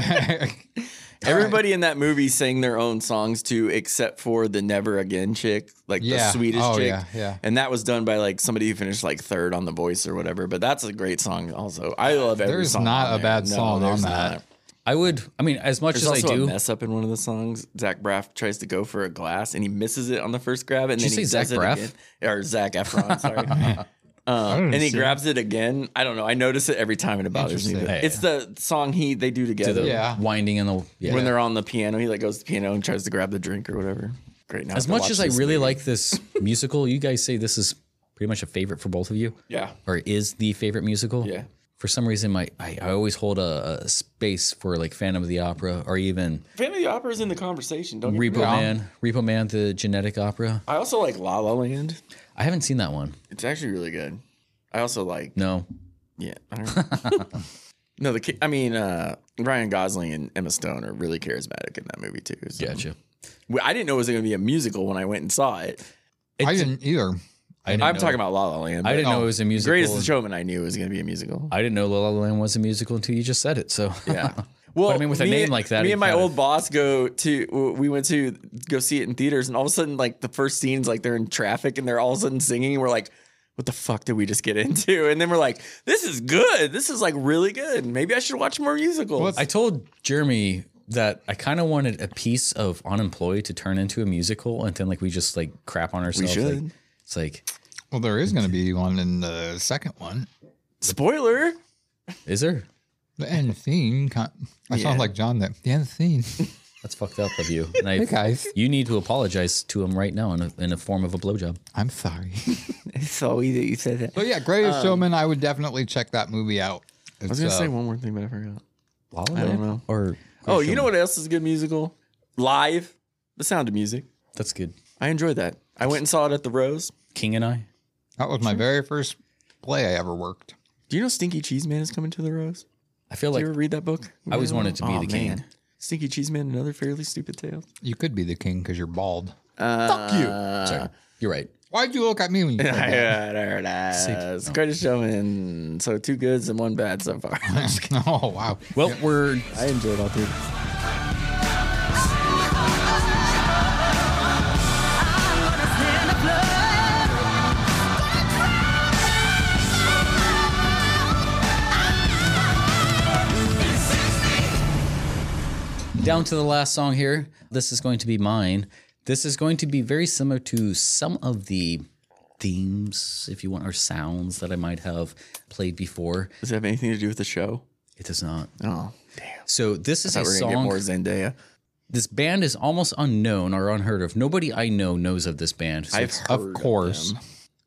Speaker 5: Everybody in that movie sang their own songs too, except for the Never Again chick, like
Speaker 4: Yeah.
Speaker 5: the Swedish
Speaker 4: Oh,
Speaker 5: chick.
Speaker 4: yeah, yeah.
Speaker 5: And that was done by like somebody who finished like third on The Voice or whatever. But that's a great song also. I love every
Speaker 4: There's
Speaker 5: song.
Speaker 4: not
Speaker 5: on
Speaker 4: a
Speaker 5: there.
Speaker 4: bad
Speaker 5: No,
Speaker 4: song on
Speaker 5: there's
Speaker 4: that.
Speaker 5: not.
Speaker 3: I would, I mean, as much
Speaker 5: There's
Speaker 3: as
Speaker 5: also
Speaker 3: I
Speaker 5: a
Speaker 3: do,
Speaker 5: mess up in one of the songs. Zach Braff tries to go for a glass and he misses it on the first grab, and
Speaker 3: Did
Speaker 5: then
Speaker 3: you
Speaker 5: he
Speaker 3: say
Speaker 5: does
Speaker 3: Zach
Speaker 5: it
Speaker 3: Braff?
Speaker 5: again. Or Zach Efron, sorry. Um, and he grabs it again. I don't know. I notice it every time and it bothers me.
Speaker 4: Interesting.
Speaker 5: but It's the song he they do
Speaker 3: to
Speaker 5: together
Speaker 3: the
Speaker 4: Yeah.
Speaker 3: winding and the, yeah.
Speaker 5: when they're on the piano. He like goes to the piano and tries to grab the drink or whatever. Great. Now
Speaker 3: as much as I really like this musical, you guys say this is pretty much a favorite for both of you,
Speaker 5: Yeah.
Speaker 3: or is the favorite musical.
Speaker 5: Yeah.
Speaker 3: for some reason, my I, I always hold a, a space for like Phantom of the Opera or even
Speaker 5: Fan of the Opera is in the conversation. Don't get me
Speaker 3: Repo
Speaker 5: wrong.
Speaker 3: Man, Repo Man, the genetic opera.
Speaker 5: I also like La La Land.
Speaker 3: I haven't seen that one.
Speaker 5: It's actually really good. I also like
Speaker 3: No,
Speaker 5: yeah. I don't know. no, the ki- I mean uh, Ryan Gosling and Emma Stone are really charismatic in that movie too. so.
Speaker 3: gotcha.
Speaker 5: Well, I didn't know it was going to be a musical when I went and saw it.
Speaker 4: I didn't either.
Speaker 3: I didn't
Speaker 5: I'm
Speaker 3: know-
Speaker 5: talking about La La Land.
Speaker 3: I
Speaker 5: but oh,
Speaker 3: didn't know it was a musical.
Speaker 5: Greatest Showman. I knew it was going to be a musical.
Speaker 3: I didn't know La La Land was a musical until you just said it. So
Speaker 5: Yeah. Well,
Speaker 3: I mean, with a
Speaker 5: me-
Speaker 3: name like that,
Speaker 5: me
Speaker 3: it
Speaker 5: and my
Speaker 3: kinda-
Speaker 5: old boss go to we went to go see it in theaters, and all of a sudden, like the first scenes, like they're in traffic, and they're all of a sudden singing. And we're like, "What the fuck did we just get into?" And then we're like, "This is good. This is like really good. Maybe I should watch more musicals."
Speaker 4: Well, it's-
Speaker 3: I told Jeremy that I kind of wanted a piece of unemployed to turn into a musical, and then like we just like crap on ourselves.
Speaker 5: should.
Speaker 3: Like, it's like,
Speaker 4: Well, there is going to be one in the second one.
Speaker 5: Spoiler.
Speaker 3: is there?
Speaker 4: The end theme. Con- I
Speaker 5: Yeah.
Speaker 4: sound like John. That the end theme.
Speaker 3: That's fucked up of you. And I,
Speaker 4: Hey guys,
Speaker 3: you need to apologize to him right now in a, in a form of a blowjob.
Speaker 4: I'm sorry.
Speaker 5: It's so easy that you said that. I
Speaker 4: But yeah, Greatest Showman. I would definitely check that movie out. uh, I
Speaker 5: was gonna say one more thing, but I forgot.
Speaker 3: I
Speaker 5: don't know.
Speaker 3: Or
Speaker 5: Oh, you know what else is a good musical? Live, The Sound of Music.
Speaker 3: That's good.
Speaker 5: I enjoyed that. I went and saw it at the Rose.
Speaker 3: King and I.
Speaker 4: that was my very first play I ever worked.
Speaker 5: Do you know Stinky Cheese Man is coming to the Rose?
Speaker 3: I feel
Speaker 5: Did
Speaker 3: like
Speaker 5: you ever read that book?
Speaker 3: I always wanted to be
Speaker 5: Aw,
Speaker 3: the king.
Speaker 5: Stinky Cheese Man, another fairly stupid tale.
Speaker 4: You could be the king because you're bald.
Speaker 5: Fuck you.
Speaker 3: Sorry, you're right.
Speaker 4: Why'd you look at me when you said
Speaker 5: I
Speaker 4: that?
Speaker 5: heard her that.
Speaker 3: Sick.
Speaker 5: Greatest showman. So two goods and one bad so far.
Speaker 4: oh wow.
Speaker 3: Well, we're
Speaker 5: I enjoyed all three.
Speaker 3: down to the last song here. This is going to be mine. This is going to be very similar to some of the themes, if you want, or sounds that I might have played before.
Speaker 5: Does it have anything to do with the show?
Speaker 3: It does not.
Speaker 5: Oh.
Speaker 3: So this is
Speaker 5: Thought
Speaker 3: a
Speaker 5: we were gonna get
Speaker 3: song.
Speaker 5: more Zendaya.
Speaker 3: This band is almost unknown or unheard of. Nobody I know knows of this band. So
Speaker 5: I've
Speaker 3: it's-
Speaker 5: heard
Speaker 4: of course.
Speaker 5: them.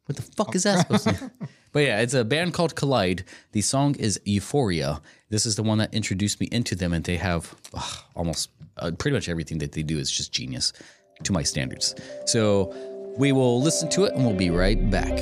Speaker 3: what the fuck is that supposed to? mean? But yeah, it's a band called Collide. The song is Euphoria. This is the one that introduced me into them, and they have ugh, almost uh, pretty much everything that they do is just genius to my standards. So we will listen to it, and we'll be right back.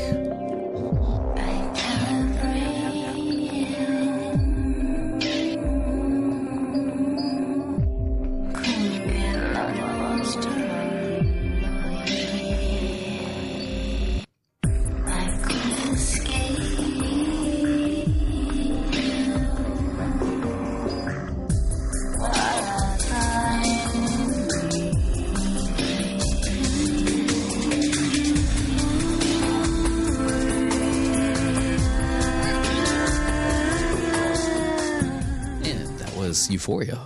Speaker 3: And that was Euphoria.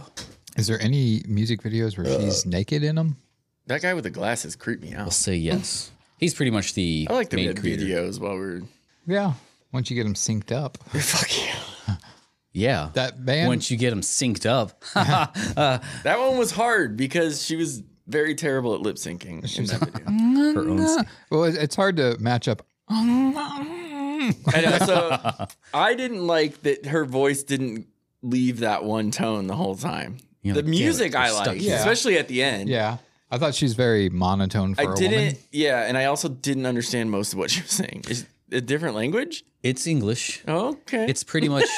Speaker 4: Is there any music videos where she's naked in them?
Speaker 5: That guy with the glasses creeped me
Speaker 3: I'll
Speaker 5: out.
Speaker 3: say yes. He's pretty much the
Speaker 5: I like the
Speaker 3: main creator.
Speaker 5: videos while we were
Speaker 4: Yeah. Once you get them synced up,
Speaker 5: Fuck you.
Speaker 3: Yeah.
Speaker 4: that band.
Speaker 3: Once you get them synced up,
Speaker 5: That one was hard because she was very terrible at lip syncing in that video.
Speaker 3: her own. sing-
Speaker 4: well, it- it's hard to match up.
Speaker 5: I know. So I didn't like that her voice didn't leave that one tone the whole time.
Speaker 3: You're
Speaker 5: the
Speaker 3: like, damn it,
Speaker 5: music
Speaker 3: we're
Speaker 5: I
Speaker 3: stuck
Speaker 5: like,
Speaker 3: here.
Speaker 5: especially at the end.
Speaker 4: Yeah. I thought she's very monotone for
Speaker 5: I
Speaker 4: a
Speaker 5: didn't.
Speaker 4: woman.
Speaker 5: Yeah, and I also didn't understand most of what she was saying. Is it a different language?
Speaker 3: It's English.
Speaker 5: Oh. Okay.
Speaker 3: It's pretty much,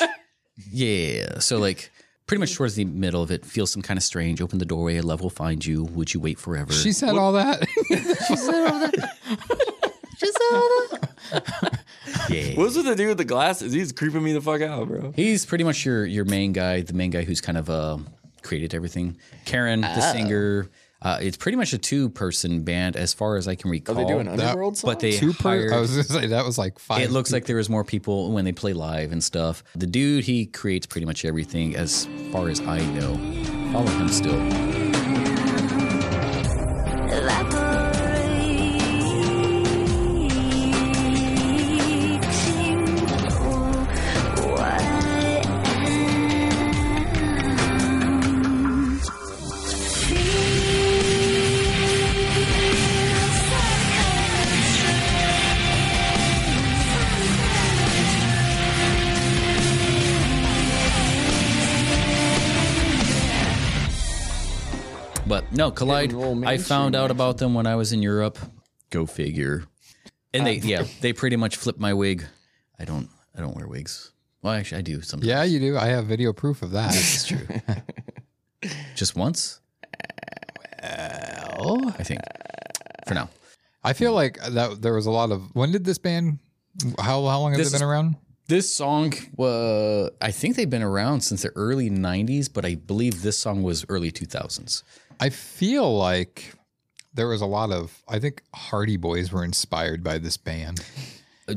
Speaker 3: yeah. So like, pretty much towards the middle of it, feels some kind of strange. Open the doorway, love will find you. Would you wait forever?
Speaker 4: She said all that.
Speaker 3: yeah.
Speaker 5: What's with the dude with the glasses? He's creeping me the fuck out, bro.
Speaker 3: He's pretty much your your main guy, the main guy who's kind of uh, created everything. Karen, the
Speaker 5: Oh.
Speaker 3: singer. Uh, it's pretty much a two person band as far as I can recall.
Speaker 5: Are Oh, they doing underworld song?
Speaker 3: but they
Speaker 4: Two per.
Speaker 3: hired.
Speaker 4: I was going to say that was like five.
Speaker 3: It looks like there was more people when they play live and stuff. The dude, he creates pretty much everything as far as I know. Follow him still.
Speaker 7: Thank you.
Speaker 3: But no, Collide.
Speaker 5: Roll
Speaker 3: I
Speaker 5: mainstream
Speaker 3: found out about them when I was in Europe. Go figure. And they, yeah, they pretty much flipped my wig. I don't, I don't wear wigs. Well, actually, I do sometimes.
Speaker 4: Yeah, you do. I have video proof of that.
Speaker 3: It's true. Just once? Well, I think for now.
Speaker 4: I feel like that there was a lot of. When did this band? How how long has
Speaker 3: This
Speaker 4: it been
Speaker 3: is-
Speaker 4: around?
Speaker 3: This song was, I think they've been around since the early 90s, but I believe this song was early 2000s.
Speaker 4: I feel like there was a lot of. I think Hardy Boys were inspired by this band.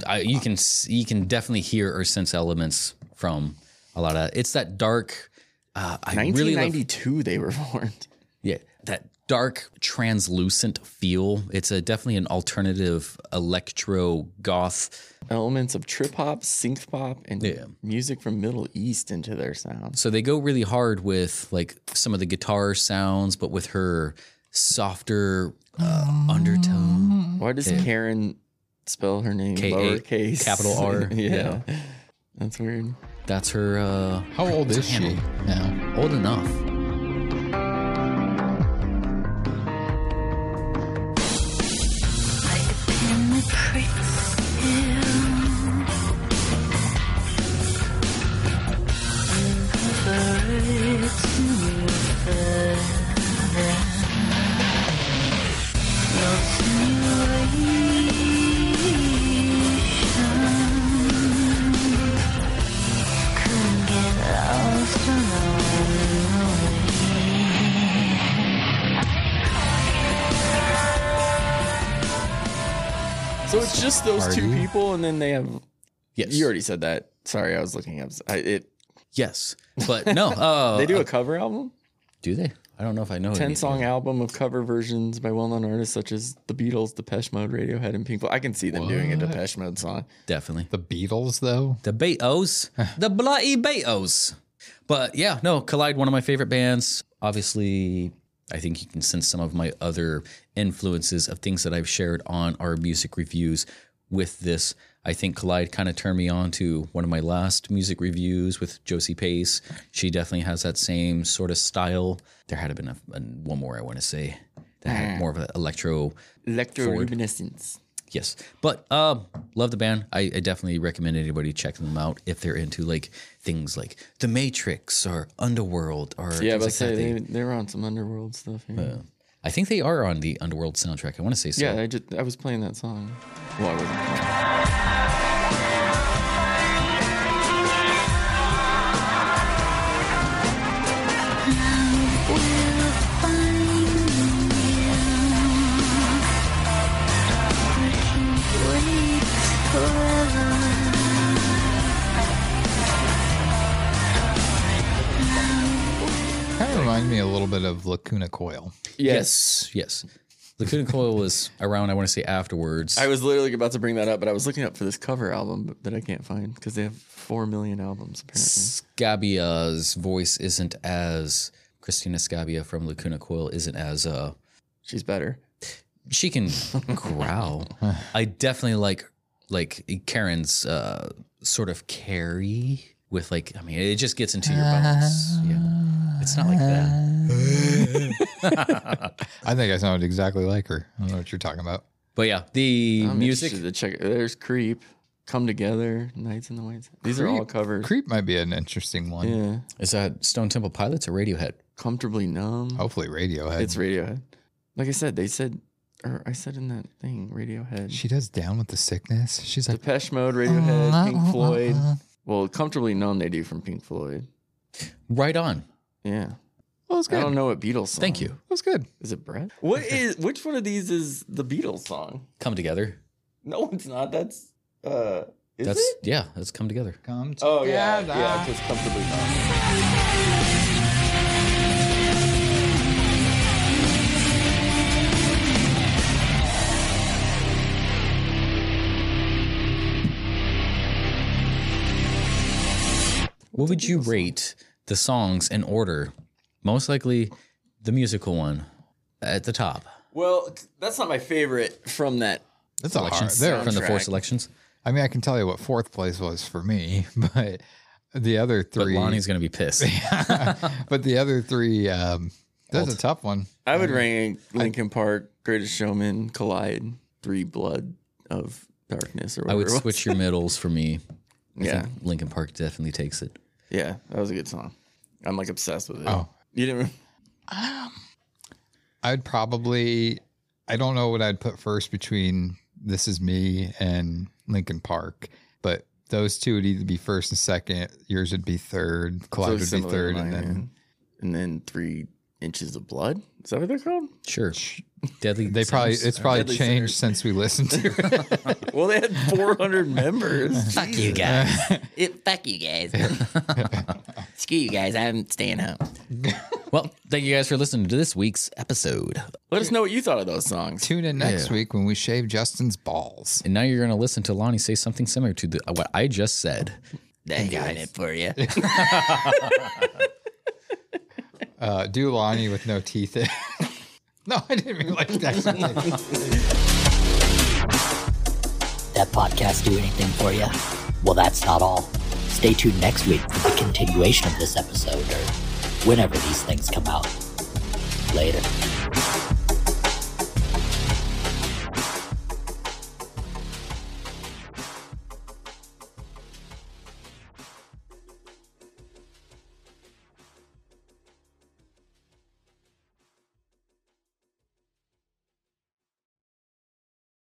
Speaker 3: I, you can s- you can definitely hear or sense elements from a lot of it's that dark uh, I really love
Speaker 5: 1992 they were formed.
Speaker 3: Yeah, that dark translucent feel. It's a definitely an alternative electro goth.
Speaker 5: Elements of trip hop, synth pop, and
Speaker 3: Yeah.
Speaker 5: music from Middle East into their sound.
Speaker 3: So they go really hard with like some of the guitar sounds, but with her softer uh, undertone.
Speaker 5: Why does Karen spell her name
Speaker 3: K A-
Speaker 5: lowercase?
Speaker 3: capital R,
Speaker 5: yeah. That's weird.
Speaker 3: That's her. Uh,
Speaker 4: How old is she
Speaker 3: handle.
Speaker 4: now?
Speaker 3: old enough.
Speaker 5: So it's just those two
Speaker 4: Party.
Speaker 5: people, and then they have.
Speaker 3: Yes.
Speaker 5: You already said that. Sorry, I was looking up. I, it.
Speaker 3: yes, but no. Uh,
Speaker 5: They do a cover album,
Speaker 3: Do they? I don't know if I know.
Speaker 5: ten
Speaker 3: any-
Speaker 5: song album of cover versions by well-known artists such as the Beatles, Depeche Mode, Radiohead, and Pink Floyd. I can see them doing a Depeche Mode song.
Speaker 3: Definitely.
Speaker 4: The Beatles, though.
Speaker 3: The Beatos. the bloody Beatos. But yeah, no, Collide, one of my favorite bands. Obviously, I think you can sense some of my other influences of things that I've shared on our music reviews with this. I think Collide kind of turned me on to one of my last music reviews with Josie Pace. She definitely has that same sort of style. There had been a, a- one more I want to say that had more of an electro
Speaker 5: Electroluminescence.
Speaker 3: Yes, but um, love the band. I, I definitely recommend anybody checking them out if they're into like things like The Matrix or Underworld or
Speaker 5: Yeah,
Speaker 3: things
Speaker 5: but
Speaker 3: like
Speaker 5: say
Speaker 3: that.
Speaker 5: they, they were on some underworld stuff. Yeah,
Speaker 3: I think they are on the Underworld soundtrack. I want to say so.
Speaker 5: yeah I just I was playing that song. Well, I wasn't. Playing.
Speaker 4: Kind of reminds me a little bit of Lacuna Coil.
Speaker 3: Yes, yes. Lacuna Coil was around. I want to say afterwards.
Speaker 5: I was literally about to bring that up, but I was looking up for this cover album that I can't find because they have four million albums apparently.
Speaker 3: Scabia's voice isn't as Christina Scabia from Lacuna Coil isn't as uh
Speaker 5: She's better.
Speaker 3: she can growl. I definitely like like Karen's uh, sort of carry with like I mean it just gets into your bones. Yeah, it's not like that.
Speaker 4: I think I sound exactly like her. I don't know what you're talking about.
Speaker 3: But yeah, the
Speaker 5: I'm
Speaker 3: music.
Speaker 5: interested to check. There's Creep, Come Together, Nights in the White. Sand. These are all
Speaker 4: Creep-
Speaker 5: covers.
Speaker 4: Creep might be an interesting one.
Speaker 5: Yeah,
Speaker 3: Is that Stone Temple Pilots or Radiohead?
Speaker 5: comfortably numb.
Speaker 4: Hopefully, Radiohead.
Speaker 5: It's Radiohead. Like I said, they said, or I said in that thing, Radiohead.
Speaker 4: she does down with the sickness. She's like,
Speaker 5: Depeche Mode, Radiohead, Pink
Speaker 4: uh, uh,
Speaker 5: Floyd.
Speaker 4: uh.
Speaker 5: Well, comfortably numb they do from Pink Floyd.
Speaker 3: Right on.
Speaker 5: Yeah,
Speaker 4: well, it's
Speaker 5: I
Speaker 4: good.
Speaker 5: don't know what Beatles. Song.
Speaker 3: Thank you.
Speaker 4: It's good.
Speaker 5: Is it Brett? What is? Which one of these is the Beatles song?
Speaker 3: Come together.
Speaker 5: No, it's not. That's uh, is
Speaker 3: That's
Speaker 5: it?
Speaker 3: yeah. That's come together.
Speaker 4: Come to
Speaker 5: Oh yeah, yeah, because comfortably numb.
Speaker 3: What would you rate the songs in order? Most likely, the musical one at the top.
Speaker 5: Well, that's not my favorite from that.
Speaker 4: That's a hard.
Speaker 3: Selections
Speaker 4: There,
Speaker 3: from the four
Speaker 5: soundtrack.
Speaker 3: selections.
Speaker 4: I mean, I can tell you what fourth place was for me, but the other
Speaker 3: But
Speaker 4: three.
Speaker 3: Lonnie's gonna be pissed.
Speaker 4: but the other three, um, That's
Speaker 3: Walt.
Speaker 4: a tough one.
Speaker 5: I would rank Lincoln Park, Greatest Showman, Collide, Three Blood of Darkness, or
Speaker 3: I
Speaker 5: whatever.
Speaker 3: would
Speaker 5: it was.
Speaker 3: switch your middles for me.
Speaker 5: Yeah,
Speaker 3: Lincoln Park definitely takes it.
Speaker 5: yeah, that was a good song. I'm like obsessed with it.
Speaker 4: Oh,
Speaker 5: you didn't.
Speaker 4: I'd probably. I don't know what I'd put first between "This Is Me" and Lincoln Park, but those two would either be first and second. Yours would be third. Collide
Speaker 5: so
Speaker 4: would
Speaker 5: similar
Speaker 4: be third,
Speaker 5: to mine,
Speaker 4: and then
Speaker 5: yeah. and then Three Inches of Blood. Is that what they're called?
Speaker 3: Sure. Deadly.
Speaker 4: they probably
Speaker 3: Sinners?
Speaker 4: it's probably
Speaker 5: Deadly
Speaker 4: changed since we listened to it.
Speaker 5: well, they had 400 members.
Speaker 7: Fuck you guys. It- fuck you guys. Screw you guys. I'm staying home.
Speaker 3: Well, thank you guys for listening to this week's episode.
Speaker 5: Let us know what you thought of those songs.
Speaker 4: Tune in next week when we shave Justin's balls.
Speaker 3: And now you're going to listen to Lonnie say something similar to the, what I just said.
Speaker 7: They're doing it for you.
Speaker 4: Uh, do Lonnie with no teeth. in. no, I didn't mean like that.
Speaker 7: that podcast do anything for you? Well, that's not all. Stay tuned next week for the continuation of this episode or whenever these things come out. Later.